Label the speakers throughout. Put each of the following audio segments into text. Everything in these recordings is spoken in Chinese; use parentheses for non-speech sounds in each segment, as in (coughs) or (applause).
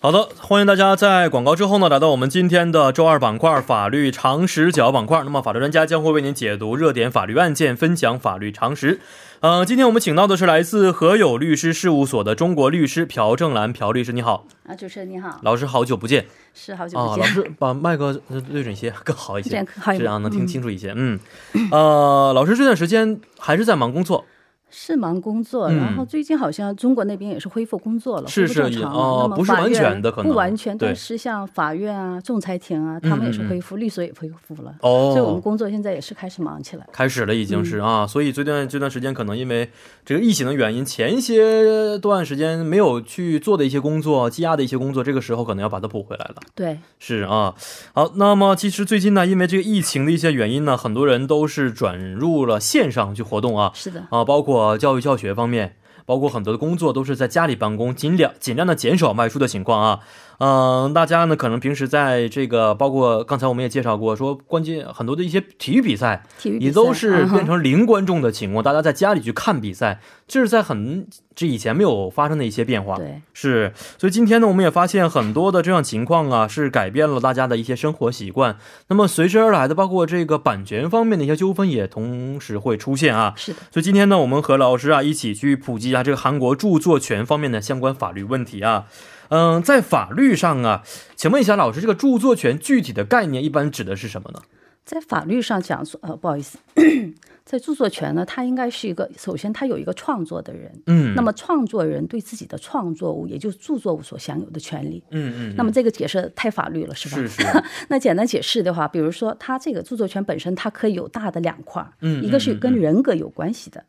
Speaker 1: 好的，欢迎大家在广告之后呢，来到我们今天的周二板块法律常识角板块。那么，法律专家将会为您解读热点法律案件，分享法律常识。呃，今天我们请到的是来自和友律师事务所的中国律师朴正兰，朴律师，你好，
Speaker 2: 啊，主持人你好，
Speaker 1: 老师好久不见
Speaker 2: 是好久
Speaker 1: 啊，
Speaker 2: 不
Speaker 1: (laughs) 老
Speaker 2: 见，
Speaker 1: 师啊把麦克呃对准一些 (laughs) 更好一
Speaker 2: 这样
Speaker 1: 些，
Speaker 2: 好一
Speaker 1: 这
Speaker 2: 点
Speaker 1: 样能听清楚一些。嗯，呃，老师这段时间还是在忙工作，
Speaker 2: 是忙工作、
Speaker 1: 嗯
Speaker 2: 然后最近好像中国那边也是恢复工作了，
Speaker 1: 是
Speaker 2: 恢复正
Speaker 1: 是
Speaker 2: 常了。
Speaker 1: 哦
Speaker 2: 那么
Speaker 1: 不是
Speaker 2: 法
Speaker 1: 完
Speaker 2: 院
Speaker 1: 全的可能
Speaker 2: 不完全，
Speaker 1: 对
Speaker 2: 但是像法院啊、仲裁庭啊，他们也
Speaker 1: 嗯嗯
Speaker 2: 是
Speaker 1: 嗯
Speaker 2: 恢复，律所也恢复了、
Speaker 1: 哦，
Speaker 2: 所以我们工作现在也是开始忙起来。
Speaker 1: 开始了，已经是啊，所以这段这段时间可能因为这个疫情的原因，前一些段时间没有去做的一些工作，积压的一些工作，这个时候可能要把它补回来了。
Speaker 2: 对，
Speaker 1: 是啊，好，那么其实最近呢，因为这个疫情的一些原因呢，很多人都是转入了线上去活动啊
Speaker 2: 是的，
Speaker 1: 啊，包括教育教学方面，包括很多的工作都是在家里办公，尽量尽量的减少外出的情况啊。嗯、大家呢可能平时在这个，包括刚才我们也介绍过，说关键很多的一些体育比赛。
Speaker 2: 体育比
Speaker 1: 也
Speaker 2: 赛
Speaker 1: 都是
Speaker 2: 嗯哼
Speaker 1: 变成零观众的情况，大家在家里去看比赛，这是在很这以前没有发生的一些变化。
Speaker 2: 对，
Speaker 1: 是，所以今天呢，我们也发现很多的这样情况啊，是改变了大家的一些生活习惯。那么随之而来的，包括这个版权方面的一些纠纷，也同时会出现啊。
Speaker 2: 是的，
Speaker 1: 所以今天呢，我们和老师啊一起去普及一下这个韩国著作权方面的相关法律问题啊。嗯，在法律上啊，请问一下老师，这个著作权具体的概念一般指的是什么呢？
Speaker 2: 在法律上讲说，呃，不好意思， (coughs) 在著作权呢，它应该是一个，首先它有一个创作的人，
Speaker 1: 嗯，
Speaker 2: 那么创作人对自己的创作物，也就是著作物所享有的权利。
Speaker 1: 嗯嗯，
Speaker 2: 那么这个解释太法律了，是吧？
Speaker 1: 是是，
Speaker 2: 那简单解释的话，比如说，它这个著作权本身，它可以有大的两块儿，
Speaker 1: 嗯
Speaker 2: 一个是跟人格有关系的，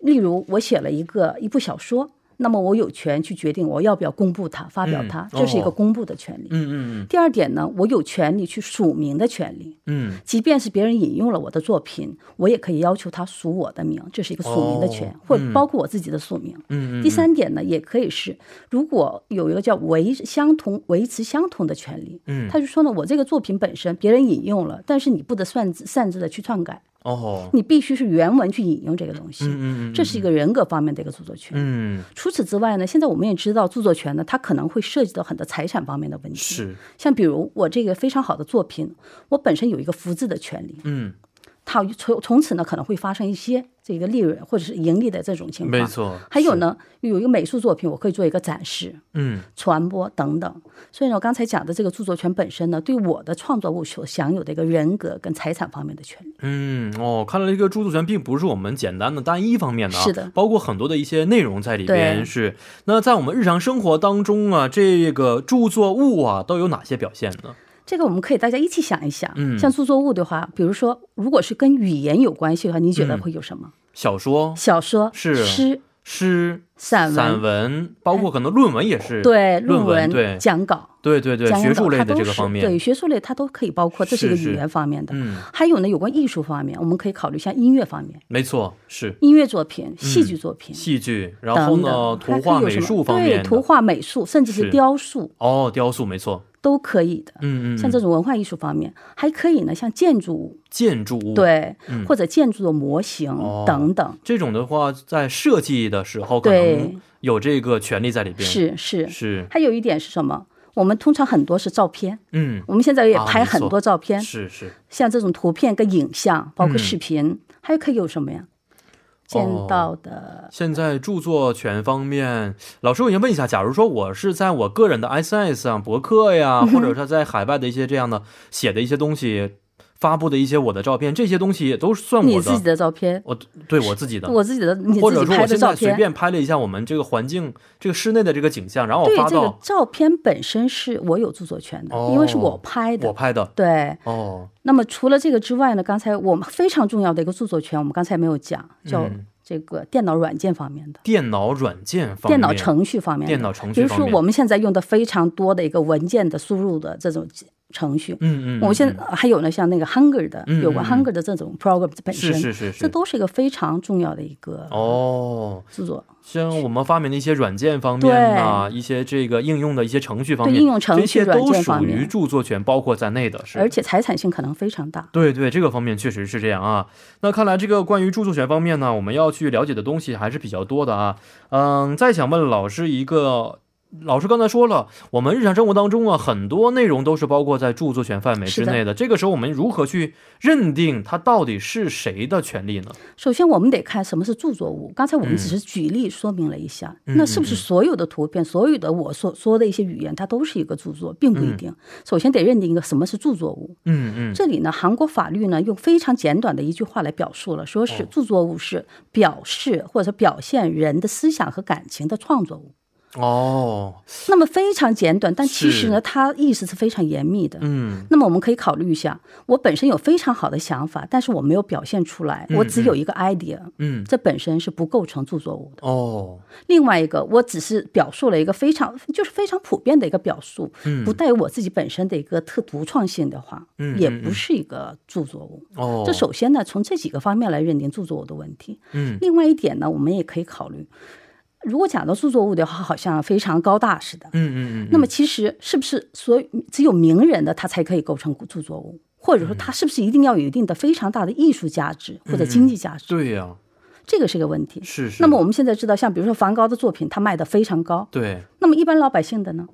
Speaker 2: 例如我写了一个一部小说，那么我有权去决定我要不要公布它、发表它，
Speaker 1: 嗯
Speaker 2: 这是一个
Speaker 1: 哦
Speaker 2: 公布的权利。
Speaker 1: 嗯嗯
Speaker 2: 第二点呢，我有权利去署名的权利，
Speaker 1: 嗯嗯，
Speaker 2: 即便是别人引用了我的作品，我也可以要求他署我的名，这是一个署名的权，
Speaker 1: 哦
Speaker 2: 或者包括我自己的署名。
Speaker 1: 嗯嗯
Speaker 2: 第三点呢，也可以是，如果有一个叫维相同、维持相同的权利，
Speaker 1: 嗯
Speaker 2: 他就说呢，我这个作品本身别人引用了，但是你不得擅自擅自的去篡改，
Speaker 1: 哦，
Speaker 2: 你必须是原文去引用这个东西，
Speaker 1: 嗯嗯
Speaker 2: 这是一个人格方面的一个著作权。
Speaker 1: 嗯
Speaker 2: 除此之外呢，现在我们也知道，著作权呢，它可能会涉及到很多财产方面的问题，
Speaker 1: 是
Speaker 2: 像比如我这个非常好的作品，我本身有一个复制的权利，
Speaker 1: 嗯
Speaker 2: 它从从此呢可能会发生一些这个利润或者是盈利的这种情
Speaker 1: 没
Speaker 2: 况。
Speaker 1: 错，
Speaker 2: 还有呢，有一个美术作品，我可以做一个展示、
Speaker 1: 嗯
Speaker 2: 传播等等。所以呢，我刚才讲的这个著作权本身呢，对我的创作物所享有的一个人格跟财产方面的权利。
Speaker 1: 嗯哦，看来这个著作权并不是我们简单的单一方面的、啊，
Speaker 2: 是的
Speaker 1: 包括很多的一些内容在里边
Speaker 2: 对
Speaker 1: 是。那在我们日常生活当中啊，这个著作物啊都有哪些表现呢？
Speaker 2: 这个我们可以大家一起想一想。
Speaker 1: 嗯
Speaker 2: 像著作物的话，比如说，如果是跟语言有关系的话，你觉得会有什么？
Speaker 1: 小说、
Speaker 2: 小说、
Speaker 1: 嗯是
Speaker 2: 诗、
Speaker 1: 诗、
Speaker 2: 散文、
Speaker 1: 散文，包括可能论文也是，
Speaker 2: 对
Speaker 1: 论文
Speaker 2: 文、
Speaker 1: 对
Speaker 2: 讲稿、
Speaker 1: 对对对，
Speaker 2: 讲
Speaker 1: 学
Speaker 2: 演稿
Speaker 1: 术类
Speaker 2: 它
Speaker 1: 的
Speaker 2: 都
Speaker 1: 这个
Speaker 2: 是
Speaker 1: 方面
Speaker 2: 对，学术类它都可以包括，这是一个
Speaker 1: 是是
Speaker 2: 语言方面的。
Speaker 1: 嗯，
Speaker 2: 还有呢，有关艺术方面，我们可以考虑一下音乐方面，
Speaker 1: 没错，是
Speaker 2: 音乐作品、戏剧作品。
Speaker 1: 戏剧，嗯然后
Speaker 2: 等
Speaker 1: 呢，
Speaker 2: 等，
Speaker 1: 图画、
Speaker 2: 还可以
Speaker 1: 美
Speaker 2: 有什么
Speaker 1: 术方面
Speaker 2: 对
Speaker 1: 的，
Speaker 2: 图画、美术，甚至
Speaker 1: 是
Speaker 2: 是雕塑
Speaker 1: 哦，雕塑没错，
Speaker 2: 都可以的。
Speaker 1: 嗯嗯，嗯
Speaker 2: 像这种文化艺术方面，还可以呢，像建筑物，
Speaker 1: 建筑物，，
Speaker 2: 对，或者建筑的模型
Speaker 1: 嗯哦
Speaker 2: 等等，
Speaker 1: 这种的话，在设计的时候可
Speaker 2: 对
Speaker 1: 能有这个权利在里边，
Speaker 2: 是是。
Speaker 1: 是，
Speaker 2: 还有一点是什么？我们通常很多是照片，
Speaker 1: 嗯，
Speaker 2: 我们现在也
Speaker 1: 啊没
Speaker 2: 拍很
Speaker 1: 错
Speaker 2: 多照片，
Speaker 1: 是是，
Speaker 2: 像这种图片跟影像，包括
Speaker 1: 嗯
Speaker 2: 视频，还可以有什么呀？见
Speaker 1: 哦
Speaker 2: 到的，
Speaker 1: 现在著作权方面，老师，我先问一下，假如说我是在我个人的 SNS 啊、博客
Speaker 2: 嗯
Speaker 1: 呀，或者是在海外的一些这样的写的一些东西，发布的一些我的照片，这些东西都算
Speaker 2: 你
Speaker 1: 我
Speaker 2: 自
Speaker 1: 的
Speaker 2: 己，的照片，
Speaker 1: 我对我自己的。
Speaker 2: 我自己的你
Speaker 1: 或
Speaker 2: 自
Speaker 1: 者
Speaker 2: 己
Speaker 1: 说，
Speaker 2: 拍
Speaker 1: 我
Speaker 2: 的
Speaker 1: 现
Speaker 2: 照
Speaker 1: 在随
Speaker 2: 片。
Speaker 1: 便拍了一下我们这个环境、这个室内的这个景象，然后我
Speaker 2: 对
Speaker 1: 发
Speaker 2: 这个
Speaker 1: 到哦
Speaker 2: 照片本身是我有著作权的，因为是我拍
Speaker 1: 我
Speaker 2: 的。
Speaker 1: 拍的。
Speaker 2: 对，
Speaker 1: 哦，
Speaker 2: 那么除了这个之外呢，刚才我们非常重要的一个著作权，我们刚才没有讲，叫
Speaker 1: 嗯
Speaker 2: 这个电脑软件方面的、
Speaker 1: 电脑软件方面，
Speaker 2: 电脑程序方面的
Speaker 1: 电脑程
Speaker 2: 比
Speaker 1: 序
Speaker 2: 如
Speaker 1: 方
Speaker 2: 说
Speaker 1: 面，
Speaker 2: 我们现在用的非常多的一个文件的输入的这种程序，
Speaker 1: 嗯嗯，
Speaker 2: 我们现
Speaker 1: 嗯
Speaker 2: 在还有呢，像那个 Hunger 的
Speaker 1: 嗯
Speaker 2: 有关
Speaker 1: 嗯
Speaker 2: Hunger 的这种 program 本身，
Speaker 1: 是是是
Speaker 2: 这
Speaker 1: 是
Speaker 2: 都是一个非常重要的一个
Speaker 1: 哦，
Speaker 2: 制作。
Speaker 1: 像我们发明的一些软件方面呐、一些这个应用的一些程序方面，
Speaker 2: 对应用程序
Speaker 1: 这些都
Speaker 2: 软件
Speaker 1: 属
Speaker 2: 方
Speaker 1: 于
Speaker 2: 面
Speaker 1: 著作权包括在内的，是
Speaker 2: 而且财产性可能非常大。
Speaker 1: 对对，这个方面确实是这样啊。那看来这个关于著作权方面呢，我们要去了解的东西还是比较多的啊。嗯，再想问老师一个老师刚才说了，我们日常生活当中啊，很多内容都是包括在著作权范围之
Speaker 2: 是的
Speaker 1: 内的。这个时候，我们如何去认定它到底是谁的权利呢？
Speaker 2: 首先，我们得看什么是著作物。刚才我们
Speaker 1: 嗯
Speaker 2: 只是举例说明了一下，
Speaker 1: 嗯
Speaker 2: 那是不是
Speaker 1: 嗯嗯
Speaker 2: 所有的图片、所有的我所说的一些语言，它都是一个著作，并不一定。首先得认定一个什么是著作物。
Speaker 1: 嗯嗯，
Speaker 2: 这里呢，韩国法律呢用非常简短的一句话来表述了，说
Speaker 1: 哦
Speaker 2: 是著作物是表示或者是表现人的思想和感情的创作物。
Speaker 1: 哦，
Speaker 2: 那么非常简短，但其
Speaker 1: 是
Speaker 2: 实呢，它意思是非常严密的。
Speaker 1: 嗯
Speaker 2: 那么我们可以考虑一下，我本身有非常好的想法，但是我没有表现出来，我只有一个 idea，、
Speaker 1: 嗯，
Speaker 2: 这本身是不构成著作物的。
Speaker 1: 哦，
Speaker 2: 另外一个，我只是表述了一个非常就是非常普遍的一个表述，
Speaker 1: 嗯
Speaker 2: 不带有我自己本身的一个特独创性的话，
Speaker 1: 嗯
Speaker 2: 也
Speaker 1: 嗯
Speaker 2: 不是一个著作物。
Speaker 1: 哦，
Speaker 2: 这首先呢，从这几个方面来认定著作物的问题。
Speaker 1: 嗯
Speaker 2: 另外一点呢，我们也可以考虑，如果讲到著作物的话，好像非常高大似的。
Speaker 1: 嗯嗯嗯，
Speaker 2: 那么其实是不是所只有名人的他才可以构成著作物，或
Speaker 1: 嗯
Speaker 2: 者说他是不是一定要有一定的非常大的艺术价值或者经济价值？
Speaker 1: 对呀、
Speaker 2: 这个是个问题。
Speaker 1: 是是。
Speaker 2: 那么我们现在知道，像比如说梵高的作品，他卖的非常高。
Speaker 1: 对，
Speaker 2: 那么一般老百姓的呢？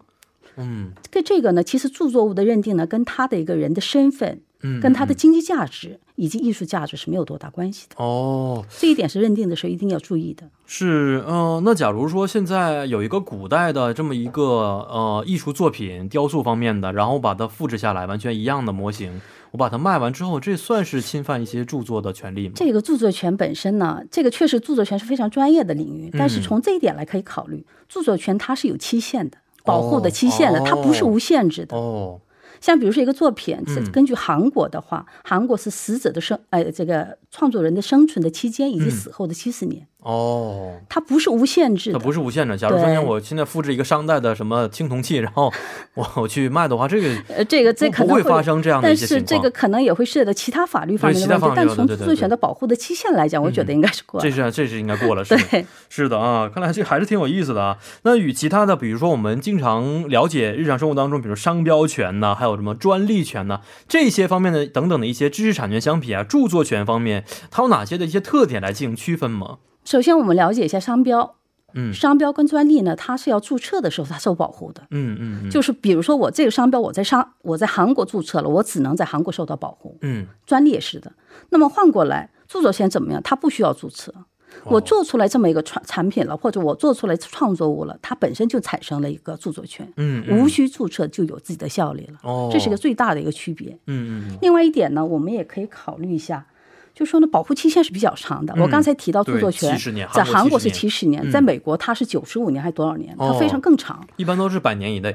Speaker 1: 嗯
Speaker 2: 对这个呢，其实著作物的认定呢，跟他的一个人的身份、
Speaker 1: 嗯，
Speaker 2: 跟他的经济价值以及艺术价值是没有多大关系的。
Speaker 1: 哦，
Speaker 2: 这一点是认定的时候一定要注意的。
Speaker 1: 是，嗯、那假如说现在有一个古代的这么一个呃艺术作品、雕塑方面的，然后把它复制下来，完全一样的模型，我把它卖完之后，这算是侵犯一些著作的权利吗？
Speaker 2: 这个著作权本身呢，这个确实著作权是非常专业的领域，
Speaker 1: 嗯
Speaker 2: 但是从这一点来可以考虑，著作权它是有期限的。保护的期限的，
Speaker 1: 哦
Speaker 2: 它不是无限制的。
Speaker 1: 哦，
Speaker 2: 像比如说一个作品，是
Speaker 1: 嗯
Speaker 2: 根据韩国的话，韩国是死者的生，呃，这个创作人的生存的期间
Speaker 1: 嗯
Speaker 2: 以及死后的七十年，
Speaker 1: 哦，
Speaker 2: 它不是无限制
Speaker 1: 它
Speaker 2: 的。
Speaker 1: 不是无限的。假如说
Speaker 2: 对
Speaker 1: 像我现在复制一个商代的什么青铜器，然后我我去卖的话，这个
Speaker 2: 呃，这个这可
Speaker 1: 不
Speaker 2: 能
Speaker 1: 不会发生这样的一
Speaker 2: 但
Speaker 1: 些情
Speaker 2: 是
Speaker 1: 况。
Speaker 2: 这个可能也会涉及到其他法律方面
Speaker 1: 对
Speaker 2: 的
Speaker 1: 其他
Speaker 2: 问题
Speaker 1: 法律。
Speaker 2: 但
Speaker 1: 的
Speaker 2: 从
Speaker 1: 对
Speaker 2: 著
Speaker 1: 对
Speaker 2: 作
Speaker 1: 对
Speaker 2: 权
Speaker 1: 嗯
Speaker 2: 的保护的期限来讲，我觉得应该是过了。
Speaker 1: 这是这是应该过了，是的
Speaker 2: 对
Speaker 1: 是的啊，看来这还是挺有意思的啊。那与其他的，比如说我们经常了解日常生活当中，比如商标权呐、还有什么专利权呐、这些方面的等等的一些知识产权相比啊，著作权方面它有哪些的一些特点来进行区分吗？
Speaker 2: 首先，我们了解一下商标。
Speaker 1: 嗯
Speaker 2: 商标跟专利呢，它是要注册的时候它受保护的。
Speaker 1: 嗯嗯嗯，
Speaker 2: 就是比如说，我这个商标我在商我在韩国注册了，我只能在韩国受到保护。
Speaker 1: 嗯
Speaker 2: 专利也是的。那么换过来，著作权怎么样？它不需要注册。
Speaker 1: 哦
Speaker 2: 我做出来这么一个创产品了，或者我做出来创作物了，它本身就产生了一个著作权，
Speaker 1: 嗯嗯
Speaker 2: 无需注册就有自己的效力了。
Speaker 1: 哦，
Speaker 2: 这是一个最大的一个区别。
Speaker 1: 嗯嗯
Speaker 2: 另外一点呢，我们也可以考虑一下，就说呢，保护期限是比较长的。我刚才提到著作
Speaker 1: 嗯
Speaker 2: 权
Speaker 1: 对70年
Speaker 2: 在韩国
Speaker 1: 韩国
Speaker 2: 是
Speaker 1: 70
Speaker 2: 70年，在美国它是95年还是多少年？它非常更长
Speaker 1: 嗯，。一般都是百年以
Speaker 2: (laughs)
Speaker 1: 内，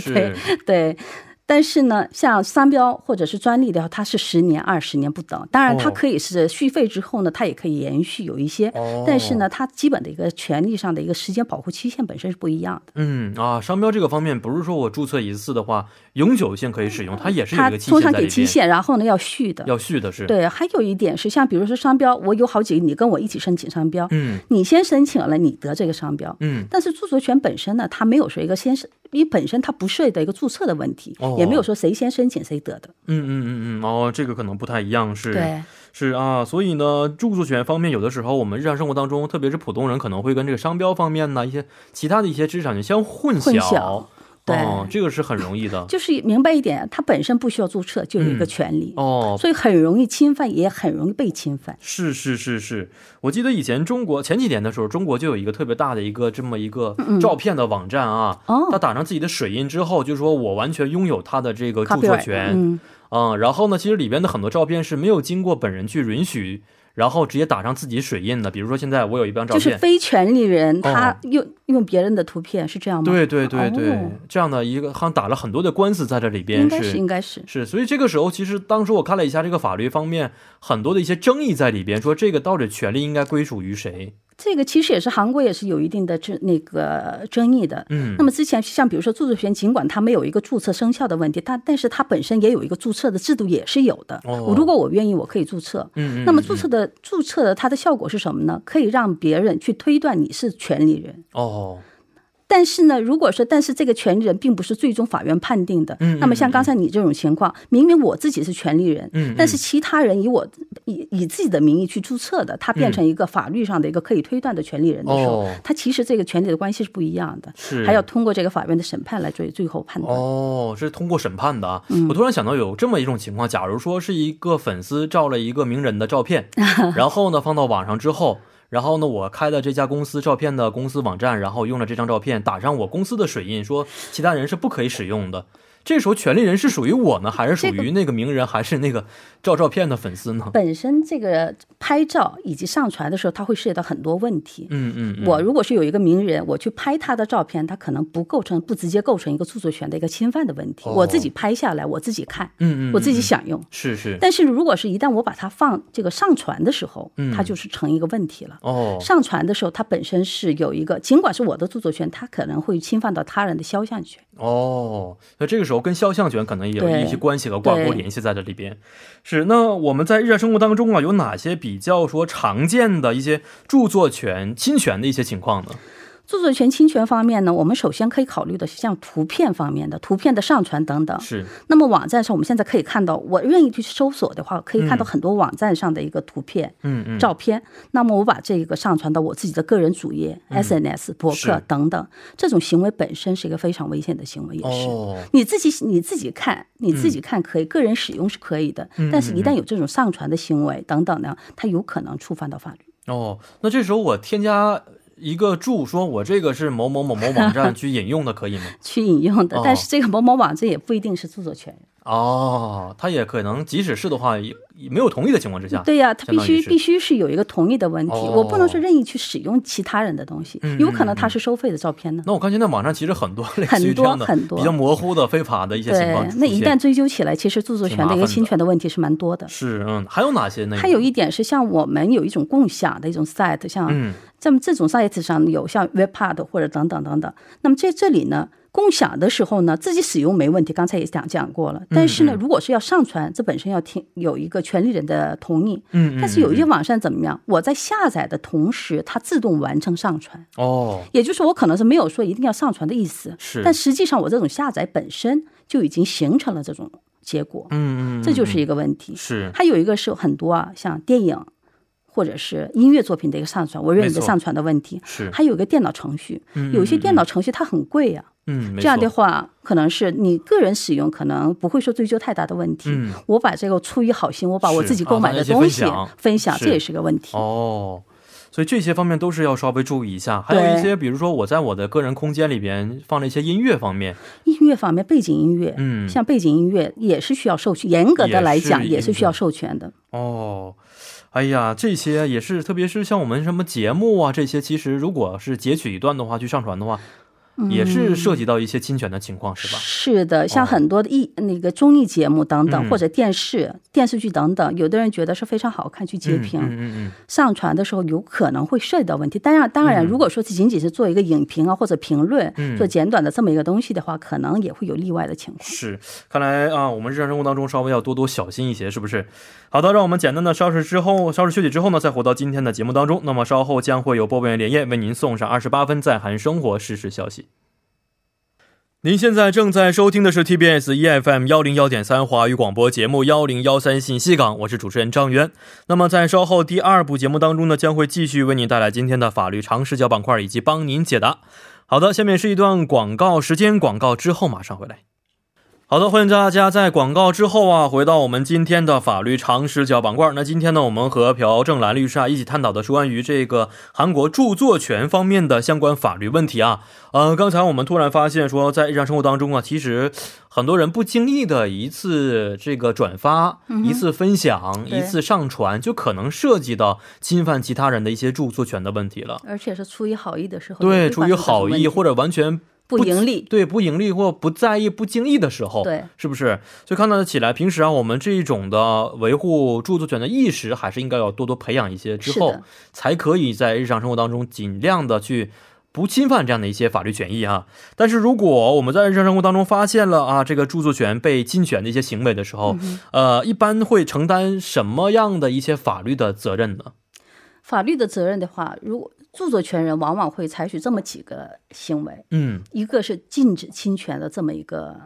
Speaker 1: 是
Speaker 2: 对对。但是呢，像商标或者是专利的话，它是十年、二十年不等。当然，它
Speaker 1: 哦
Speaker 2: 可以是续费之后呢，它也可以延续有一些，
Speaker 1: 哦
Speaker 2: 但是呢，它基本的一个权利上的一个时间保护期限本身是不一样的。
Speaker 1: 嗯啊，商标这个方面不是说我注册一次的话，永久性可以使用，它也是有
Speaker 2: 它
Speaker 1: 一个期
Speaker 2: 通
Speaker 1: 限
Speaker 2: 常
Speaker 1: 在里
Speaker 2: 给期
Speaker 1: 边，
Speaker 2: 限，然后呢要续的。
Speaker 1: 要续的是，
Speaker 2: 对，还有一点是，像比如说商标，我有好几个，你跟我一起申请商标，
Speaker 1: 嗯
Speaker 2: 你先申请了，你得这个商标。
Speaker 1: 嗯。
Speaker 2: 但是著作权本身呢，它没有说一个先是，因为本身它不涉及到一个注册的问题，
Speaker 1: 哦
Speaker 2: 也没有说谁先申请谁得的。
Speaker 1: 嗯嗯嗯嗯，哦，这个可能不太一样，是，是啊，所以呢，著作权方面，有的时候我们日常生活当中，特别是普通人，可能会跟这个商标方面呢，一些其他的一些知识产权相混淆，
Speaker 2: 混淆对
Speaker 1: 哦，这个是很容易的，
Speaker 2: 就是明白一点，它本身不需要注册就有一个权利，
Speaker 1: 哦，
Speaker 2: 所以很容易侵犯，也很容易被侵犯。
Speaker 1: 是是是是，我记得以前中国前几年的时候，中国就有一个特别大的一个这么一个照片的网站啊，
Speaker 2: 嗯哦
Speaker 1: 他打上自己的水印之后，就说我完全拥有他的这个著作
Speaker 2: Copyright，
Speaker 1: 权，
Speaker 2: 嗯，
Speaker 1: 嗯，然后呢，其实里边的很多照片是没有经过本人去允许，然后直接打上自己水印的。比如说现在我有一张照
Speaker 2: 就是
Speaker 1: 片，
Speaker 2: 非权利人
Speaker 1: 哦
Speaker 2: 他用、用别人的图片是这样吗？
Speaker 1: 对对对对，
Speaker 2: 哦
Speaker 1: 这样的一个好像打了很多的官司在这里边
Speaker 2: 应该是
Speaker 1: 是。
Speaker 2: 应该是。
Speaker 1: 是，所以这个时候，其实当时我看了一下这个法律方面很多的一些争议在里边，说这个到底权利应该归属于谁？
Speaker 2: 这个其实也是韩国也是有一定的这那个争议的。
Speaker 1: 嗯
Speaker 2: 那么之前像比如说著作权，尽管它没有一个注册生效的问题，但但是它本身也有一个注册的制度，也是有的。
Speaker 1: 哦
Speaker 2: 我如果我愿意，我可以注册。
Speaker 1: 嗯嗯。
Speaker 2: 那么注册的注册的它的效果是什么呢？可以让别人去推断你是权利人。
Speaker 1: 哦，
Speaker 2: 但是呢，如果说但是这个权利人并不是最终法院判定的，
Speaker 1: 嗯嗯
Speaker 2: 那么像刚才你这种情况，明明我自己是权利人，
Speaker 1: 嗯嗯
Speaker 2: 但是其他人以我以以自己的名义去注册的，他变成一个法律上的一个可以推断的权利人的时候，
Speaker 1: 嗯哦
Speaker 2: 他其实这个权利的关系是不一样的，
Speaker 1: 是
Speaker 2: 还要通过这个法院的审判来做最后判断。
Speaker 1: 哦，是通过审判的啊！
Speaker 2: 嗯
Speaker 1: 我突然想到有这么一种情况，假如说是一个粉丝照了一个名人的照
Speaker 2: (laughs)
Speaker 1: 片，然后呢放到网上之后，然后呢我开的这家公司照片的公司网站，然后用了这张照片打上我公司的水印，说其他人是不可以使用的。这时候权利人是属于我呢，还是属于那个名人，还是那个照照片的粉丝呢？
Speaker 2: 本身这个拍照以及上传的时候，它会涉及到很多问题。
Speaker 1: 嗯嗯嗯，
Speaker 2: 我如果是有一个名人，我去拍他的照片，他可能不构成、不直接构成一个著作权的一个侵犯的问题。
Speaker 1: 哦
Speaker 2: 我自己拍下来，我自己看，
Speaker 1: 嗯嗯嗯
Speaker 2: 我自己享用。
Speaker 1: 是是
Speaker 2: 但是如果是一旦我把它放这个上传的时候
Speaker 1: 嗯，
Speaker 2: 它就是成一个问题了。
Speaker 1: 哦
Speaker 2: 上传的时候，它本身是有一个，尽管是我的著作权，它可能会侵犯到他人的肖像权。
Speaker 1: 哦，那这个时候跟肖像权可能也有
Speaker 2: 对
Speaker 1: 一些关系和挂钩联系在这里边。是，那我们在日常生活当中啊，有哪些比较说常见的一些著作权侵权的一些情况呢？
Speaker 2: 著作权侵权方面呢，我们首先可以考虑的是像图片方面的、图片的上传等等。
Speaker 1: 是，
Speaker 2: 那么网站上，我们现在可以看到，我愿意去搜索的话，可以看到很多网站上的一个图片、
Speaker 1: 嗯嗯，
Speaker 2: 照片。那么我把这个上传到我自己的个人主页、SNS、博
Speaker 1: 嗯
Speaker 2: 客
Speaker 1: 是
Speaker 2: 等等，这种行为本身是一个非常危险的行为，也是。
Speaker 1: 哦，嗯
Speaker 2: 你自己你自己看，你自己看可以，个人使用是可以的，但是一旦有这种上传的行为等等呢，它有可能触犯到法律。
Speaker 1: 哦，那这时候我添加一个注，说我这个是某某某某网
Speaker 2: (laughs)
Speaker 1: 站去引用的，可以吗？
Speaker 2: 去引用的
Speaker 1: 哦，
Speaker 2: 但是这个某某网站也不一定是著作权人。
Speaker 1: 哦，他也可能，即使是的话，也也没有同意的情况之下，
Speaker 2: 对呀、它必
Speaker 1: 啊相当于
Speaker 2: 须
Speaker 1: 是
Speaker 2: 必须是有一个同意的问题，
Speaker 1: 哦
Speaker 2: 我不能说任意去使用其他人的东西，
Speaker 1: 嗯
Speaker 2: 有可能它是收费的照片呢。
Speaker 1: 那我看现在网上其实很多类似于
Speaker 2: 很
Speaker 1: 这样的
Speaker 2: 多很多
Speaker 1: 比较模糊的非法的一些情
Speaker 2: 对
Speaker 1: 况出，现。
Speaker 2: 那一旦追究起来，其实著作权的
Speaker 1: 挺麻烦
Speaker 2: 一
Speaker 1: 的
Speaker 2: 个侵权的问题是蛮多的。
Speaker 1: 是嗯，还有哪些呢？
Speaker 2: 还有一点是，像我们有一种共享的一种 site，像
Speaker 1: 嗯
Speaker 2: 这么这种 site 上有像 Webpad 或者等等等等。那么在这里呢，共享的时候呢，自己使用没问题，刚才也讲讲过了。但
Speaker 1: 嗯
Speaker 2: 是呢，如果是要上传，这本身要听有一个权利人的同意。
Speaker 1: 嗯，嗯
Speaker 2: 但是有一些网站怎么样？我在下载的同时，它自动完成上传，
Speaker 1: 哦，
Speaker 2: 也就是我可能是没有说一定要上传的意思，
Speaker 1: 是，
Speaker 2: 但实际上我这种下载本身就已经形成了这种结果，
Speaker 1: 嗯嗯，
Speaker 2: 这就是一个问题。
Speaker 1: 是
Speaker 2: 还有一个是很多啊，像电影或者是音乐作品的一个上传，我认为
Speaker 1: 没
Speaker 2: 的
Speaker 1: 错嗯
Speaker 2: 上传的问题。
Speaker 1: 是，
Speaker 2: 还有一个电脑程序，有一些电脑程序它很贵啊呀、
Speaker 1: 嗯，没
Speaker 2: 这样的
Speaker 1: 错
Speaker 2: 话可能是你个人使用，可能不会说追究太大的问题。
Speaker 1: 嗯
Speaker 2: 我把这个出于好心，我把我
Speaker 1: 是
Speaker 2: 自己购买
Speaker 1: 啊
Speaker 2: 的
Speaker 1: 大家一起
Speaker 2: 东西
Speaker 1: 分享是
Speaker 2: 这也是个问题。
Speaker 1: 哦。所以这些方面都是要稍微注意一下，还有
Speaker 2: 对
Speaker 1: 一些，比如说我在我的个人空间里边放了一些音乐方面，
Speaker 2: 音乐方面，背景音乐，
Speaker 1: 嗯，
Speaker 2: 像背景音乐也是需要授权，严格
Speaker 1: 也
Speaker 2: 的来
Speaker 1: 是
Speaker 2: 讲
Speaker 1: 一
Speaker 2: 也是
Speaker 1: 个
Speaker 2: 需要授权的。
Speaker 1: 哦，哎呀，这些也是，特别是像我们什么节目啊这些，其实如果是截取一段的话去上传的话，也
Speaker 2: 嗯
Speaker 1: 是涉及到一些侵权的情况，是吧？
Speaker 2: 是的，像很多的艺、那个综艺节目等
Speaker 1: 嗯
Speaker 2: 等，或者电视、电视剧等等，有的人觉得是非常好看去截
Speaker 1: 嗯
Speaker 2: 屏，
Speaker 1: 嗯嗯
Speaker 2: 上传的时候有可能会涉及到问题。当然，当然，如果说是仅仅是做一个影评啊或者评论，
Speaker 1: 嗯
Speaker 2: 做简短的这么一个东西的话，可能也会有例外的情况。
Speaker 1: 是，看来啊，我们日常生活当中稍微要多多小心一些，是不是？好的，让我们简单的稍事之后，稍事休息之后呢，再回到今天的节目当中。那么稍后将会有播报员连夜为您送上二十八分在韩生活实时消息。您现在正在收听的是 TBS EFM E 幺零幺点三华语广播节目幺零幺三信息港，我是主持人张渊。那么在稍后第二部节目当中呢，将会继续为您带来今天的法律常识角板块以及帮您解答。好的，下面是一段广告时间，广告之后马上回来。好的，欢迎大家在广告之后啊，回到我们今天的法律常识角板块。那今天呢，我们和朴正兰律师啊一起探讨的是关于这个韩国著作权方面的相关法律问题啊。呃，刚才我们突然发现说，在日常生活当中啊，其实很多人不经意的一次这个转发、一次分享、
Speaker 2: 嗯对
Speaker 1: 一次上传，就可能涉及到侵犯其他人的一些著作权的问题了。
Speaker 2: 而且是出于好意的时候，
Speaker 1: 对，
Speaker 2: 也会
Speaker 1: 出
Speaker 2: 发
Speaker 1: 于
Speaker 2: 生这种
Speaker 1: 好
Speaker 2: 问
Speaker 1: 意
Speaker 2: 题
Speaker 1: 或者完全
Speaker 2: 不盈利，
Speaker 1: 对不哦盈利或不在意、不经意的时候，
Speaker 2: 对，
Speaker 1: 是不是？所以看到起来，平时啊，我们这一种的维护著作权的意识，还是应该要多多培养一些，之
Speaker 2: 是
Speaker 1: 后
Speaker 2: 的
Speaker 1: 才可以在日常生活当中尽量的去。不侵犯这样的一些法律权益啊，但是如果我们在日常生活当中发现了啊，这个著作权被侵权的一些行为的时
Speaker 2: 嗯
Speaker 1: 候，呃，一般会承担什么样的一些法律的责任呢？
Speaker 2: 法律的责任的话，如果著作权人往往会采取这么几个行为，
Speaker 1: 嗯
Speaker 2: 一个是禁止侵权的这么一个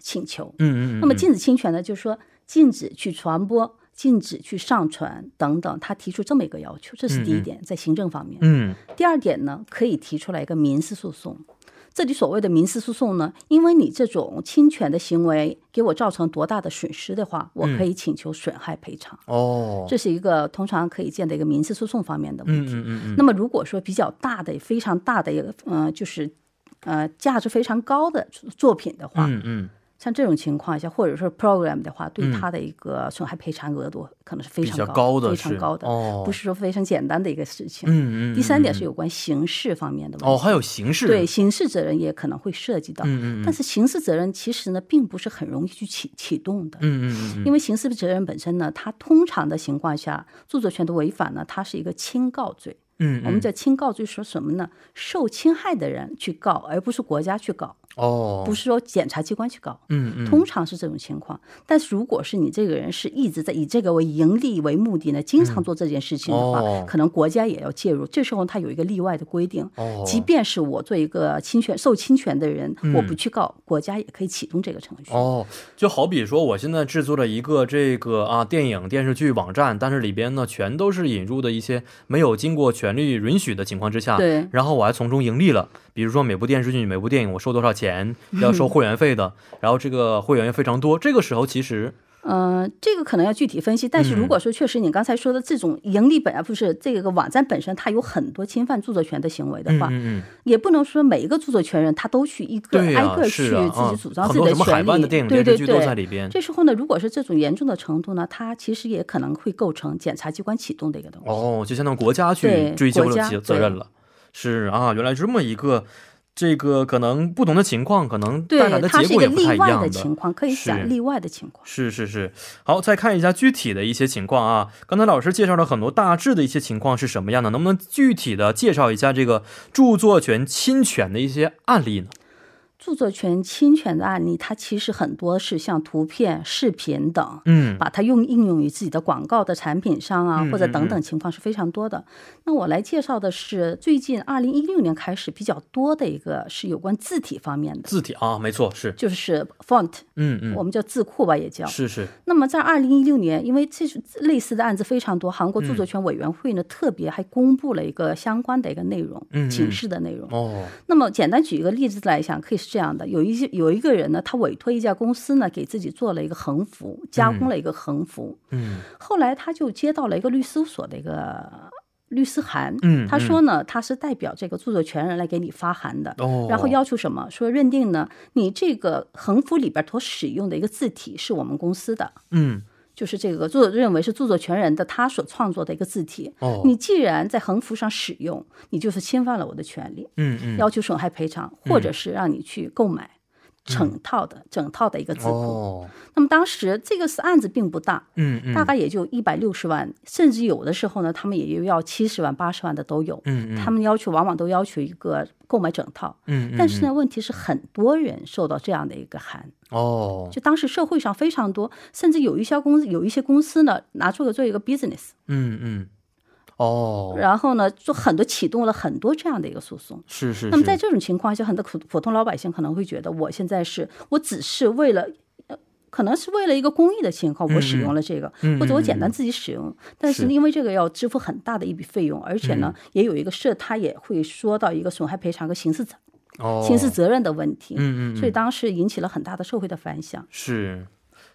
Speaker 2: 请求。
Speaker 1: 嗯嗯，
Speaker 2: 那么
Speaker 1: 进
Speaker 2: 禁止侵权呢，就是说禁止去传播、禁止去上传等等，他提出这么一个要求，这是第一点，在行政方面。
Speaker 1: 嗯
Speaker 2: 第二点呢，可以提出来一个民事诉讼。这里所谓的民事诉讼呢，因为你这种侵权的行为给我造成多大的损失的话，我可以请求损害赔偿，
Speaker 1: 嗯哦，
Speaker 2: 这是一个通常可以见的一个民事诉讼方面的问
Speaker 1: 嗯
Speaker 2: 题。
Speaker 1: 嗯嗯嗯，
Speaker 2: 那么如果说比较大的、非常大的一个，呃，就是呃价值非常高的作作品的话，
Speaker 1: 嗯嗯
Speaker 2: 像这种情况下，或者说 program 的话，对它的一个损害赔偿额度可能是非
Speaker 1: 比较
Speaker 2: 常
Speaker 1: 高的
Speaker 2: 非
Speaker 1: 是
Speaker 2: 常高的，
Speaker 1: 哦，
Speaker 2: 不
Speaker 1: 是
Speaker 2: 是说非常简单的一个事情。
Speaker 1: 嗯嗯，
Speaker 2: 第三点是有关刑事方面的问
Speaker 1: 哦，
Speaker 2: 题，
Speaker 1: 还有形式
Speaker 2: 对刑事责任也可能会涉及到，
Speaker 1: 嗯嗯
Speaker 2: 但是刑事责任其实呢，并不是很容易去启启动的。
Speaker 1: 嗯嗯嗯
Speaker 2: 因为刑事责任本身呢，它通常的情况下，著作权的违反呢，它是一个轻告罪。
Speaker 1: 嗯，
Speaker 2: 我们叫轻告罪，说什么呢？受侵害的人去告，而不是国家去告，
Speaker 1: 哦，
Speaker 2: 不是说检察机关去告。
Speaker 1: 嗯嗯
Speaker 2: 通常是这种情况，但是如果是你这个人是一直在以这个为盈利为目的呢，经常做这件事情的话，
Speaker 1: 嗯哦
Speaker 2: 可能国家也要介入。这时候它有一个例外的规定，
Speaker 1: 哦，嗯
Speaker 2: 即便是我做一个侵权受侵权的人，我不去告，国家也可以启动这个程序。
Speaker 1: 哦，就好比说，我现在制作了一个这个啊电影、电视剧网站，但是里边呢全都是引入的一些没有经过权利允许的情况之下，
Speaker 2: 对
Speaker 1: 然后我还从中盈利了。比如说每部电视剧、每部电影我收多少钱，要
Speaker 2: (laughs)
Speaker 1: 收会员费的，然后这个会员非常多。这个时候其实，
Speaker 2: 嗯，这个可能要具体分析。但
Speaker 1: 嗯
Speaker 2: 是如果说确实你刚才说的这种盈利本啊，不是这个网站本身，它有很多侵犯著作权的行为的
Speaker 1: 嗯
Speaker 2: 话，
Speaker 1: 嗯嗯，
Speaker 2: 也不能说每一个著作权人他都去一个
Speaker 1: 对呀、
Speaker 2: 挨个去
Speaker 1: 是啊，
Speaker 2: 自己
Speaker 1: 嗯
Speaker 2: 主张
Speaker 1: 很
Speaker 2: 自己
Speaker 1: 多
Speaker 2: 的
Speaker 1: 什么海
Speaker 2: 权
Speaker 1: 外的
Speaker 2: 利。
Speaker 1: 电影、
Speaker 2: 对
Speaker 1: 电视
Speaker 2: 对
Speaker 1: 剧都在
Speaker 2: 对。
Speaker 1: 里边。
Speaker 2: 这时候呢，如果是这种严重的程度呢，它其实也可能会构成检察机关启动的一个东西。
Speaker 1: 哦，就相当于国家去
Speaker 2: 对
Speaker 1: 追究
Speaker 2: 国
Speaker 1: 了
Speaker 2: 家
Speaker 1: 责责任了。是啊，原来这么一个，这个可能不同的情况，可能
Speaker 2: 对
Speaker 1: 带来，的
Speaker 2: 它
Speaker 1: 结
Speaker 2: 是一
Speaker 1: 果
Speaker 2: 个
Speaker 1: 也不
Speaker 2: 例
Speaker 1: 太一
Speaker 2: 外
Speaker 1: 样
Speaker 2: 的
Speaker 1: 的。
Speaker 2: 情况，可以
Speaker 1: 是
Speaker 2: 讲例外的情况。
Speaker 1: 是是是，好，再看一下具体的一些情况啊。刚才老师介绍了很多大致的一些情况是什么样的，能不能具体的介绍一下这个著作权侵权的一些案例呢？
Speaker 2: 著作权侵权的案例，它其实很多是像图片、视频等，
Speaker 1: 嗯
Speaker 2: 把它用应用于自己的广告的产品上啊
Speaker 1: 嗯，
Speaker 2: 或者等等情况是非常多的。那我来介绍的是最近二零一六年开始比较多的一个是有关字体方面的，
Speaker 1: 字体啊，没错，是，
Speaker 2: 就是 font，
Speaker 1: 嗯嗯，
Speaker 2: 我们叫字库吧，也叫。
Speaker 1: 是是，
Speaker 2: 那么在二零一六年，因为这是类似的案子非常多，韩国著
Speaker 1: 嗯
Speaker 2: 作权委员会呢、特别还公布了一个相关的一个内容，
Speaker 1: 嗯嗯
Speaker 2: 警示的内容。
Speaker 1: 哦，
Speaker 2: 那么简单举一个例子来讲，可以是这样的：有一些有一个人呢，他委托一家公司呢，给自己做了一个横幅，加工了一个横幅。
Speaker 1: 嗯
Speaker 2: 后来他就接到了一个律师所的一个律师函，
Speaker 1: 嗯，
Speaker 2: 他说呢，他是代表这个著作权人来给你发函的。
Speaker 1: 嗯，哦，
Speaker 2: 然后要求什么？说认定呢，你这个横幅里边所使用的一个字体是我们公司的，
Speaker 1: 嗯
Speaker 2: 就是这个作认为是著作权人的他所创作的一个字体。
Speaker 1: 哦，
Speaker 2: 你既然在横幅上使用，你就是侵犯了我的权利。
Speaker 1: 嗯嗯，
Speaker 2: 要求损害赔偿，或者是让你去购买整套的、整套的一个字库。
Speaker 1: 哦，
Speaker 2: 那么当时这个是案子并不大，
Speaker 1: 嗯嗯
Speaker 2: 大概也就一百六十万，甚至有的时候呢，他们也有要七十万、八十万的都有。
Speaker 1: 嗯嗯
Speaker 2: 他们要求往往都要求一个购买整套，
Speaker 1: 嗯，
Speaker 2: 但是呢，问题是很多人受到这样的一个函，
Speaker 1: 哦，
Speaker 2: 就当时社会上非常多，甚至有一些公司有一些公司呢拿出来做一个 business，
Speaker 1: 嗯嗯，哦，
Speaker 2: 然后呢做很多启动了很多这样的一个诉讼。
Speaker 1: 是是是，
Speaker 2: 那么在这种情况下，很多普普通老百姓可能会觉得，我现在是我只是为了。呃可能是为了一个公益的情况，我使用了这个，
Speaker 1: 嗯嗯
Speaker 2: 或者我简单自己使用，但是
Speaker 1: 是嗯
Speaker 2: 因为这个要支付很大的一笔费用，而且呢，也有一个涉，他也会说到一个损害赔偿和刑事责
Speaker 1: 哦，
Speaker 2: 刑事责任的问题，
Speaker 1: 嗯嗯嗯
Speaker 2: 所以当时引起了很大的社会的反响。
Speaker 1: 是，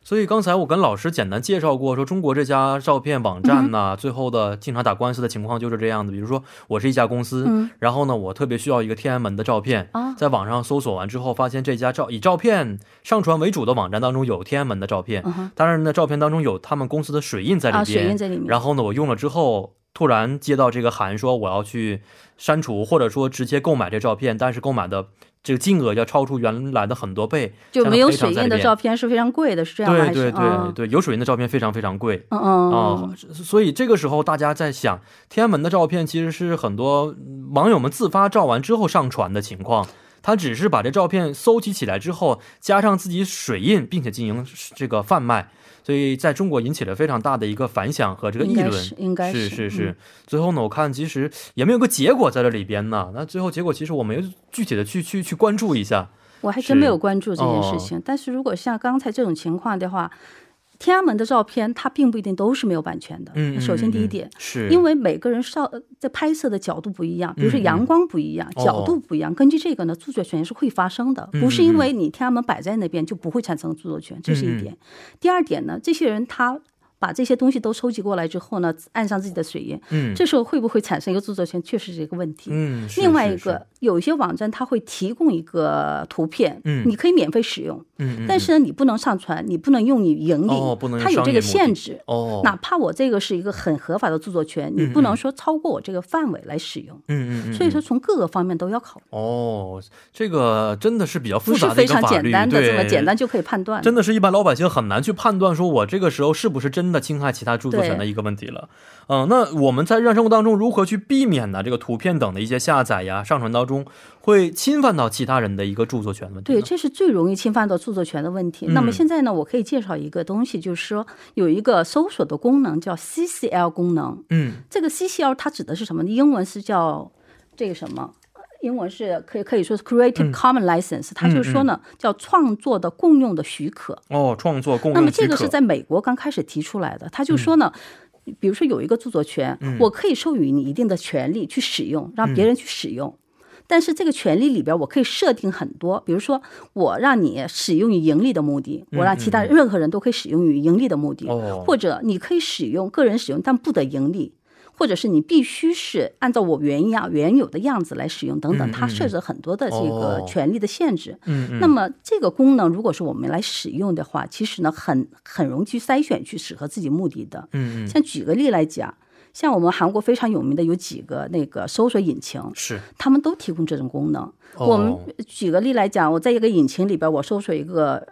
Speaker 1: 所以刚才我跟老师简单介绍过，说中国这家照片
Speaker 2: 嗯
Speaker 1: 网站呢，最后的经常打官司的情况就是这样的。比如说，我是一家公司，
Speaker 2: 嗯
Speaker 1: 然后呢，我特别需要一个天安门的照片，
Speaker 2: 啊
Speaker 1: 在网上搜索完之后，发现这家照以照片上传为主的网站当中有天安门的照片，当然呢，照片当中有他们公司的水印在里边，
Speaker 2: 嗯啊水印在里面
Speaker 1: 然后呢，我用了之后。突然接到这个函，说我要去删除，或者说直接购买这照片，但是购买的这个金额要超出原来的很多倍，
Speaker 2: 就没有
Speaker 1: 这样
Speaker 2: 水
Speaker 1: 非常在
Speaker 2: 印的
Speaker 1: 里边
Speaker 2: 照片是非常贵的，是这样吗？
Speaker 1: 对
Speaker 2: 还
Speaker 1: 对
Speaker 2: 是
Speaker 1: 对
Speaker 2: 嗯
Speaker 1: 对，有水印的照片非常非常贵
Speaker 2: 嗯嗯
Speaker 1: 啊、
Speaker 2: 嗯
Speaker 1: 所以这个时候大家在想，天安门的照片其实是很多嗯网友们自发照完之后上传的情况，他只是把这照片搜集起来之后，加上自己水印，并且进行这个贩卖，所以在中国引起了非常大的一个反响和这个议
Speaker 2: 应该
Speaker 1: 论。
Speaker 2: 是应该嗯
Speaker 1: 是
Speaker 2: 是
Speaker 1: 是是，最后呢，我看其实也没有个结果在这里边呢。那最后结果其实我们具体的去去去关注一下。
Speaker 2: 我还
Speaker 1: 是
Speaker 2: 真没有关注这件
Speaker 1: 哦
Speaker 2: 事情。但是如果像刚才这种情况的话，天安门的照片它并不一定都是没有版权的。
Speaker 1: 嗯，嗯
Speaker 2: 首先第一
Speaker 1: 嗯
Speaker 2: 点。
Speaker 1: 是，
Speaker 2: 因
Speaker 1: 为
Speaker 2: 为每个人照呃在拍摄的角度不一样，比如说
Speaker 1: 嗯嗯
Speaker 2: 阳光不一样，
Speaker 1: 哦嗯
Speaker 2: 角度不一样，根据这个呢，著作权是会发生的，不是因为你天安门摆在那边就不会产生著作权，这
Speaker 1: 嗯
Speaker 2: 是一点。第二点呢，这些人他把这些东西都收集过来之后呢，按上自己的水印，
Speaker 1: 嗯
Speaker 2: 这时候会不会产生一个著作权，确实是一个问题。
Speaker 1: 嗯，是
Speaker 2: 另外一，
Speaker 1: 是是
Speaker 2: 个，有一些网站它会提供一个图片，
Speaker 1: 嗯
Speaker 2: 你可以免费使用，
Speaker 1: 嗯嗯，
Speaker 2: 但
Speaker 1: 嗯
Speaker 2: 是呢，你不能上传，你不能用你盈利，
Speaker 1: 哦不能用
Speaker 2: 它有这个
Speaker 1: 商业目
Speaker 2: 限
Speaker 1: 的
Speaker 2: 制。
Speaker 1: 哦，嗯
Speaker 2: 哪怕我这个是一个很合法的著作权，你不能说超过我这个范围来使用。
Speaker 1: 嗯嗯嗯，
Speaker 2: 所以说，从各个方面都要考虑，
Speaker 1: 哦，这个真的是比较复
Speaker 2: 不是
Speaker 1: 杂的
Speaker 2: 非
Speaker 1: 一个
Speaker 2: 常
Speaker 1: 法律，
Speaker 2: 简单的
Speaker 1: 对
Speaker 2: 这么简单就可以判断。
Speaker 1: 真的是一般老百姓很难去判断，说我这个时候是不是真的侵害其他著作权的一个问题了。嗯、那我们在日常生活当中如何去避免呢？这个图片等的一些下载呀、上传当中会侵犯到其他人的一个著作权问题呢。
Speaker 2: 对，这是最容易侵犯到著作权的问题。那么
Speaker 1: 嗯
Speaker 2: 现在呢，我可以介绍一个东西，就是说有一个搜索的功能叫 CCL 功能。
Speaker 1: 嗯
Speaker 2: 这个 CCL 它指的是什么呢？英文是叫这个什么？英文是可以可以说是
Speaker 1: 嗯
Speaker 2: Creative Common License，、它就是说呢叫创作的共用的许可。
Speaker 1: 哦，创作嗯共
Speaker 2: 那
Speaker 1: 用
Speaker 2: 么
Speaker 1: 许
Speaker 2: 这
Speaker 1: 可嗯
Speaker 2: 个是在美国刚开始提出来的，他就说呢。比如说有一个著作权，我可以授予你一定的权利去使用，
Speaker 1: 嗯
Speaker 2: 让别人去使用。但是这个权利里边，我可以设定很多，比如说我让你使用于盈利的目的，
Speaker 1: 嗯
Speaker 2: 我让其他任何人都可以使用于盈利的目的，
Speaker 1: 哦
Speaker 2: 或者你可以使用个人使用，但不得盈利，或者是你必须是按照我原样原有的样子来使用等等，它设置很多的这
Speaker 1: 嗯哦
Speaker 2: 个权利的限制。
Speaker 1: 嗯嗯
Speaker 2: 那么这个功能，如果是我们来使用的话，其实呢，很很容易去筛选去适合自己目的的。
Speaker 1: 嗯嗯
Speaker 2: 像举个例来讲，像我们韩国非常有名的有几个那个搜索引擎，
Speaker 1: 是
Speaker 2: 他们都提供这种功能。
Speaker 1: 哦
Speaker 2: 我们举个例来讲，我在一个引擎里边，我搜索一个。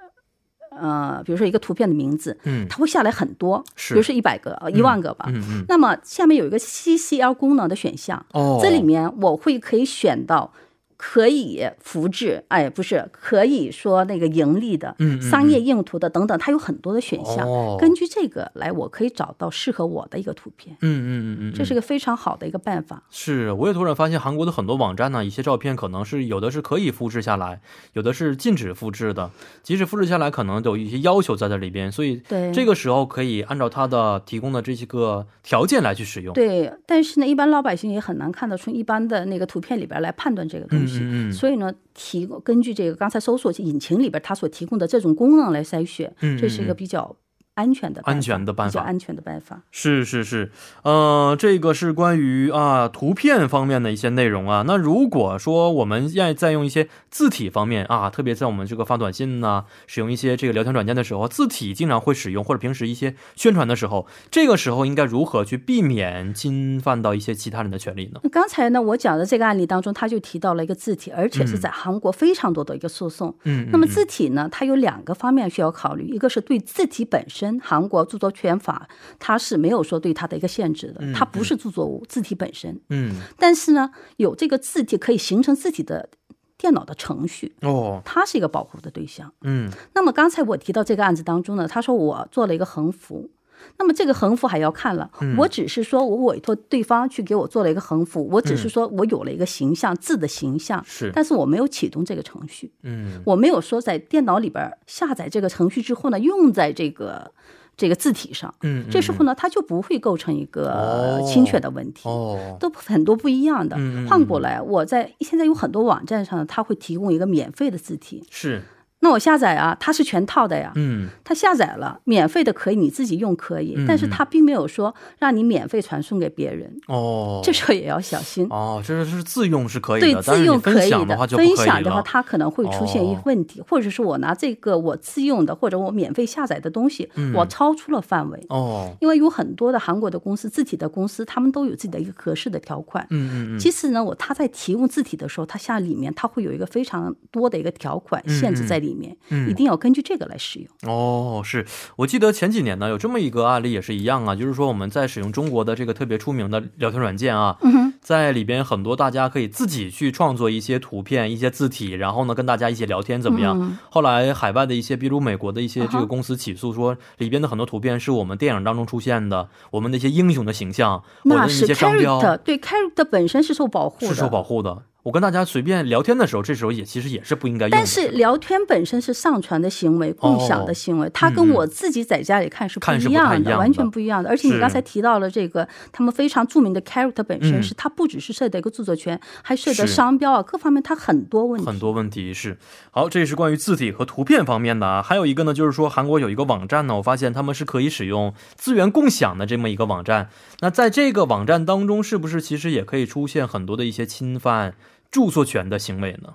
Speaker 2: 呃，比如说一个图片的名字，
Speaker 1: 嗯
Speaker 2: 它会下来很多，
Speaker 1: 是
Speaker 2: 比如说一百个、呃一万个吧。
Speaker 1: 嗯嗯
Speaker 2: 那么下面有一个 CCL 功能的选项，
Speaker 1: 哦，
Speaker 2: 这里面我会可以选到可以复制，哎，不是可以说那个盈利的、
Speaker 1: 嗯嗯
Speaker 2: 商业用途的等等，它有很多的选项。
Speaker 1: 哦
Speaker 2: 根据这个来，我可以找到适合我的一个图片，
Speaker 1: 嗯嗯嗯嗯，
Speaker 2: 这是个非常好的一个办法。
Speaker 1: 是，我也突然发现韩国的很多网站呢，一些照片可能是有的是可以复制下来，有的是禁止复制的。即使复制下来，可能有一些要求在这里边，所以
Speaker 2: 对
Speaker 1: 这个时候可以按照它的提供的这些个条件来去使用。
Speaker 2: 对，但是呢，一般老百姓也很难看得出一般的那个图片里边来判断这个东
Speaker 1: 嗯嗯
Speaker 2: 西。
Speaker 1: 嗯
Speaker 2: 所以呢，提供根据这个刚才搜索引擎里边它所提供的这种功能来筛选，
Speaker 1: 嗯
Speaker 2: 这是一个比较安全的办
Speaker 1: 安全的办
Speaker 2: 比较
Speaker 1: 法
Speaker 2: 安全的办法。
Speaker 1: 是是是，呃，这个是关于啊图片方面的一些内容啊。那如果说我们要再用一些字体方面啊，特别在我们这个发短信呐、使用一些这个聊天软件的时候，字体经常会使用，或者平时一些宣传的时候，这个时候应该如何去避免侵犯到一些其他人的权利呢？
Speaker 2: 那刚才呢，我讲的这个案例当中，他就提到了一个字体，而且是在韩国非常多的一个诉讼。
Speaker 1: 嗯，
Speaker 2: 那么
Speaker 1: 嗯
Speaker 2: 字体呢，它有两个方面需要考虑，一个是对字体本身，韩国著作权法它是没有说对它的一个限制的，它不是著作物，字体本身。
Speaker 1: 嗯
Speaker 2: 但是呢，有这个字体可以形成字体的电脑的程序，
Speaker 1: 哦
Speaker 2: 它是一个保护的对象。
Speaker 1: 嗯
Speaker 2: 那么刚才我提到这个案子当中呢，他说我做了一个横幅，那么这个横幅还要看了，
Speaker 1: 嗯
Speaker 2: 我只是说我委托对方去给我做了一个横幅，我只是说我有了一个形象字的形象，
Speaker 1: 嗯是
Speaker 2: 但是我没有启动这个程序，
Speaker 1: 嗯
Speaker 2: 我没有说在电脑里边儿下载这个程序之后呢，用在这个这个字体上，
Speaker 1: 嗯嗯
Speaker 2: 这时候呢，它就不会构成一个
Speaker 1: 哦
Speaker 2: 侵权的问题。
Speaker 1: 哦
Speaker 2: 都很多不一样的
Speaker 1: 嗯嗯嗯，
Speaker 2: 换过来，我在现在有很多网站上，它会提供一个免费的字体，
Speaker 1: 是
Speaker 2: 那我下载啊，它是全套的呀，
Speaker 1: 嗯
Speaker 2: 它下载了，免费的可以你自己用可以
Speaker 1: 嗯，
Speaker 2: 但是它并没有说让你免费传送给别人，
Speaker 1: 哦
Speaker 2: 这时候也要小心。
Speaker 1: 哦，这是自用是可以
Speaker 2: 对
Speaker 1: 的，但
Speaker 2: 自
Speaker 1: 是你
Speaker 2: 用可
Speaker 1: 分
Speaker 2: 以
Speaker 1: 享的话
Speaker 2: 的，
Speaker 1: 就不可以
Speaker 2: 分
Speaker 1: 了。
Speaker 2: 享的话，它可能会出现一
Speaker 1: 哦
Speaker 2: 些问题，或者是我拿这个我自用的或者我免费下载的东西，我
Speaker 1: 嗯
Speaker 2: 超出了范围。
Speaker 1: 哦
Speaker 2: 因为有很多的韩国的公司，字体的公司，他们都有自己的一个格式的条款。
Speaker 1: 嗯嗯嗯
Speaker 2: 其次呢，我它在提供字体的时候，它下里面它会有一个非常多的一个条款
Speaker 1: 嗯
Speaker 2: 限制在里面，一定要根据这个来使用。
Speaker 1: 哦，是我记得前几年呢，有这么一个案例也是一样啊，就是说我们在使用中国的这个特别出名的聊天软件啊，嗯、在里边很多大家可以自己去创作一些图片、一些字体，然后呢跟大家一起聊天怎么样？
Speaker 2: 嗯
Speaker 1: 后来海外的一些，比如美国的一些这个公司起诉说，里边的很多图片是我们电影当中出现的，我们的一些英雄的形象，我们
Speaker 2: 那
Speaker 1: 的一
Speaker 2: 是
Speaker 1: 些商标
Speaker 2: character，对 character 本身是受保护的，
Speaker 1: 是受保护的。我跟大家随便聊天的时候，这时候也其实也是不应该用的。
Speaker 2: 但是聊天本身是上传的行为，共享的行为，它跟我自己在家里看是
Speaker 1: 哦
Speaker 2: 不
Speaker 1: 嗯看是
Speaker 2: 一
Speaker 1: 不太
Speaker 2: 样
Speaker 1: 一
Speaker 2: 的，
Speaker 1: 样
Speaker 2: 完
Speaker 1: 的
Speaker 2: 全不一样的。而且你
Speaker 1: 是
Speaker 2: 刚才提到了这个，他们非常著名的 character 本身
Speaker 1: 嗯
Speaker 2: 是，它不只是涉及一个著作权，还涉及
Speaker 1: 是
Speaker 2: 商标啊，各方面它很多问
Speaker 1: 很
Speaker 2: 题。
Speaker 1: 多问题是好，这是关于字体和图片方面的啊。还有一个呢，就是说韩国有一个网站呢，我发现他们是可以使用资源共享的这么一个网站。那在这个网站当中，是不是其实也可以出现很多的一些侵犯著作权的行为呢？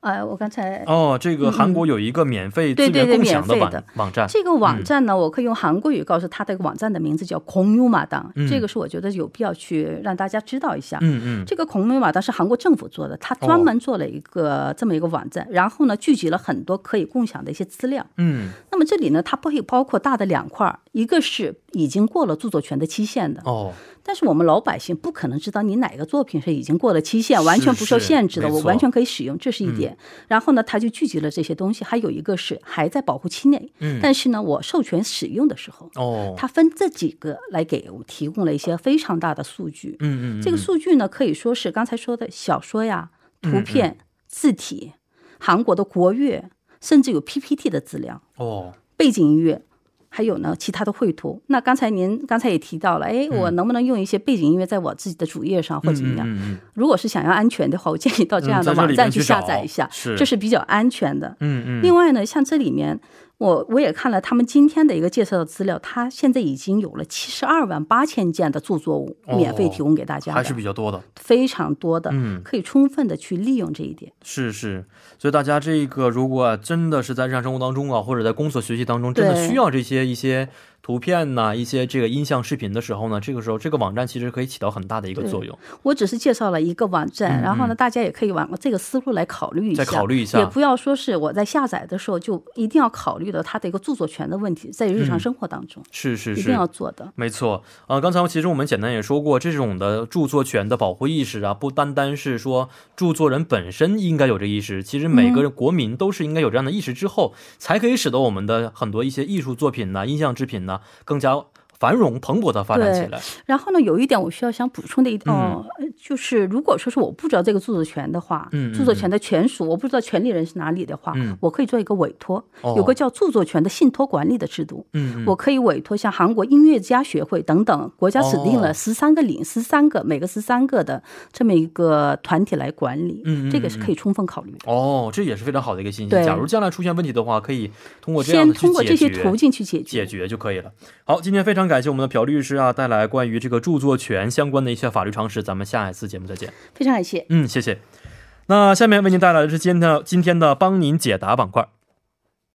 Speaker 2: 哎，我刚才
Speaker 1: 哦，这个韩国有一个免费资
Speaker 2: 嗯对
Speaker 1: 源
Speaker 2: 对对
Speaker 1: 共享的
Speaker 2: 免
Speaker 1: 网
Speaker 2: 费的
Speaker 1: 网站，
Speaker 2: 这个网站呢，我可以用韩国语告诉它的网站的名字叫“孔优马当”，这个是我觉得有必要去让大家知道一下。
Speaker 1: 嗯嗯，
Speaker 2: 这个孔优马当是韩国政府做的，它专门做了一个这么一个网站，然后呢，聚集了很多可以共享的一些资料。
Speaker 1: 嗯，
Speaker 2: 那么这里呢，它不会包括大的两块儿，一个是已经过了著作权的期限的，
Speaker 1: 哦，
Speaker 2: 但是我们老百姓不可能知道你哪个作品是已经过了期限，
Speaker 1: 是
Speaker 2: 完全不受限制的，
Speaker 1: 是没
Speaker 2: 我
Speaker 1: 错嗯
Speaker 2: 完全可以使用，这是一点。然后呢，他就聚集了这些东西，还有一个是还在保护期内，
Speaker 1: 嗯
Speaker 2: 但是呢，我授权使用的时候，
Speaker 1: 哦，
Speaker 2: 它分这几个来给我提供了一些非常大的数据。
Speaker 1: 嗯嗯，嗯
Speaker 2: 这个数据呢，可以说是刚才说的小说呀、图片、字体、韩国的国乐，甚至有 PPT 的资料。
Speaker 1: 哦，
Speaker 2: 背景音乐，还有呢其他的绘图。那刚才您刚才也提到了，哎，我能不能用一些背景音乐在我自己的主页上或怎么样？
Speaker 1: 嗯嗯
Speaker 2: 如果是想要安全的话，我建议到这样的
Speaker 1: 嗯在这里
Speaker 2: 网
Speaker 1: 面
Speaker 2: 站去
Speaker 1: 去找
Speaker 2: 下载一下，
Speaker 1: 是
Speaker 2: 这是比较安全的。
Speaker 1: 嗯嗯嗯，
Speaker 2: 另外呢，像这里面，我我也看了他们今天的一个介绍的资料，它现在已经有了七十二万八千件的著作物
Speaker 1: 哦
Speaker 2: 免费提供给大家的，
Speaker 1: 还是比较多的。
Speaker 2: 非常多的，
Speaker 1: 嗯
Speaker 2: 可以充分的去利用这一点。
Speaker 1: 是是，所以大家这个如果真的是在日常生活当中啊，或者在工作学习当中，真的
Speaker 2: 对
Speaker 1: 需要这些一些图片呐、一些这个音像视频的时候呢，这个时候这个网站其实可以起到很大的一个作用。
Speaker 2: 我只是介绍了一个网站，然后呢，大家也可以往这个思路来考虑一下，
Speaker 1: 嗯再考虑一下
Speaker 2: 啊也不要说是我在下载的时候就一定要考虑到它的一个著作权的问题，在日常生活当中、
Speaker 1: 是嗯是
Speaker 2: 一定
Speaker 1: 是。
Speaker 2: 要做的。
Speaker 1: 没错，呃，刚才其实我们简单也说过，这种的著作权的保护意识啊，不单单是说著作人本身应该有这意识，其实每
Speaker 2: 嗯
Speaker 1: 个国民都是应该有这样的意识之后，才可以使得我们的很多一些艺术作品呐、音像制品呐、更加繁荣蓬勃的发展起来。
Speaker 2: 然后呢，有一点我需要想补充的一
Speaker 1: 嗯
Speaker 2: 哦、就是如果说是我不知道这个著作权的话，
Speaker 1: 嗯嗯
Speaker 2: 著作权的权属我不知道权利人是哪里的话，
Speaker 1: 嗯
Speaker 2: 我可以做一个委托，
Speaker 1: 哦
Speaker 2: 有个叫著作权的信托管理的制度。
Speaker 1: 嗯嗯，
Speaker 2: 我可以委托像韩国音乐家学会等等，国家指定了
Speaker 1: 哦
Speaker 2: 十三个领、十三个每个十三个的这么一个团体来管理，
Speaker 1: 嗯嗯
Speaker 2: 这个是可以充分考虑的。
Speaker 1: 哦，这也是非常好的一个信息。
Speaker 2: 对
Speaker 1: 假如将来出现问题的话，可以通过这样
Speaker 2: 先
Speaker 1: 的去
Speaker 2: 通过这
Speaker 1: 解
Speaker 2: 些
Speaker 1: 决
Speaker 2: 途径去解
Speaker 1: 解
Speaker 2: 决。
Speaker 1: 决就可以了。好，今天非常感谢我们的朴律师啊，带来关于这个著作权相关的一些法律常识。咱们下一次节目再见。
Speaker 2: 非常感谢。
Speaker 1: 嗯，谢谢。那下面为您带来的是今天的今天的帮您解答板块。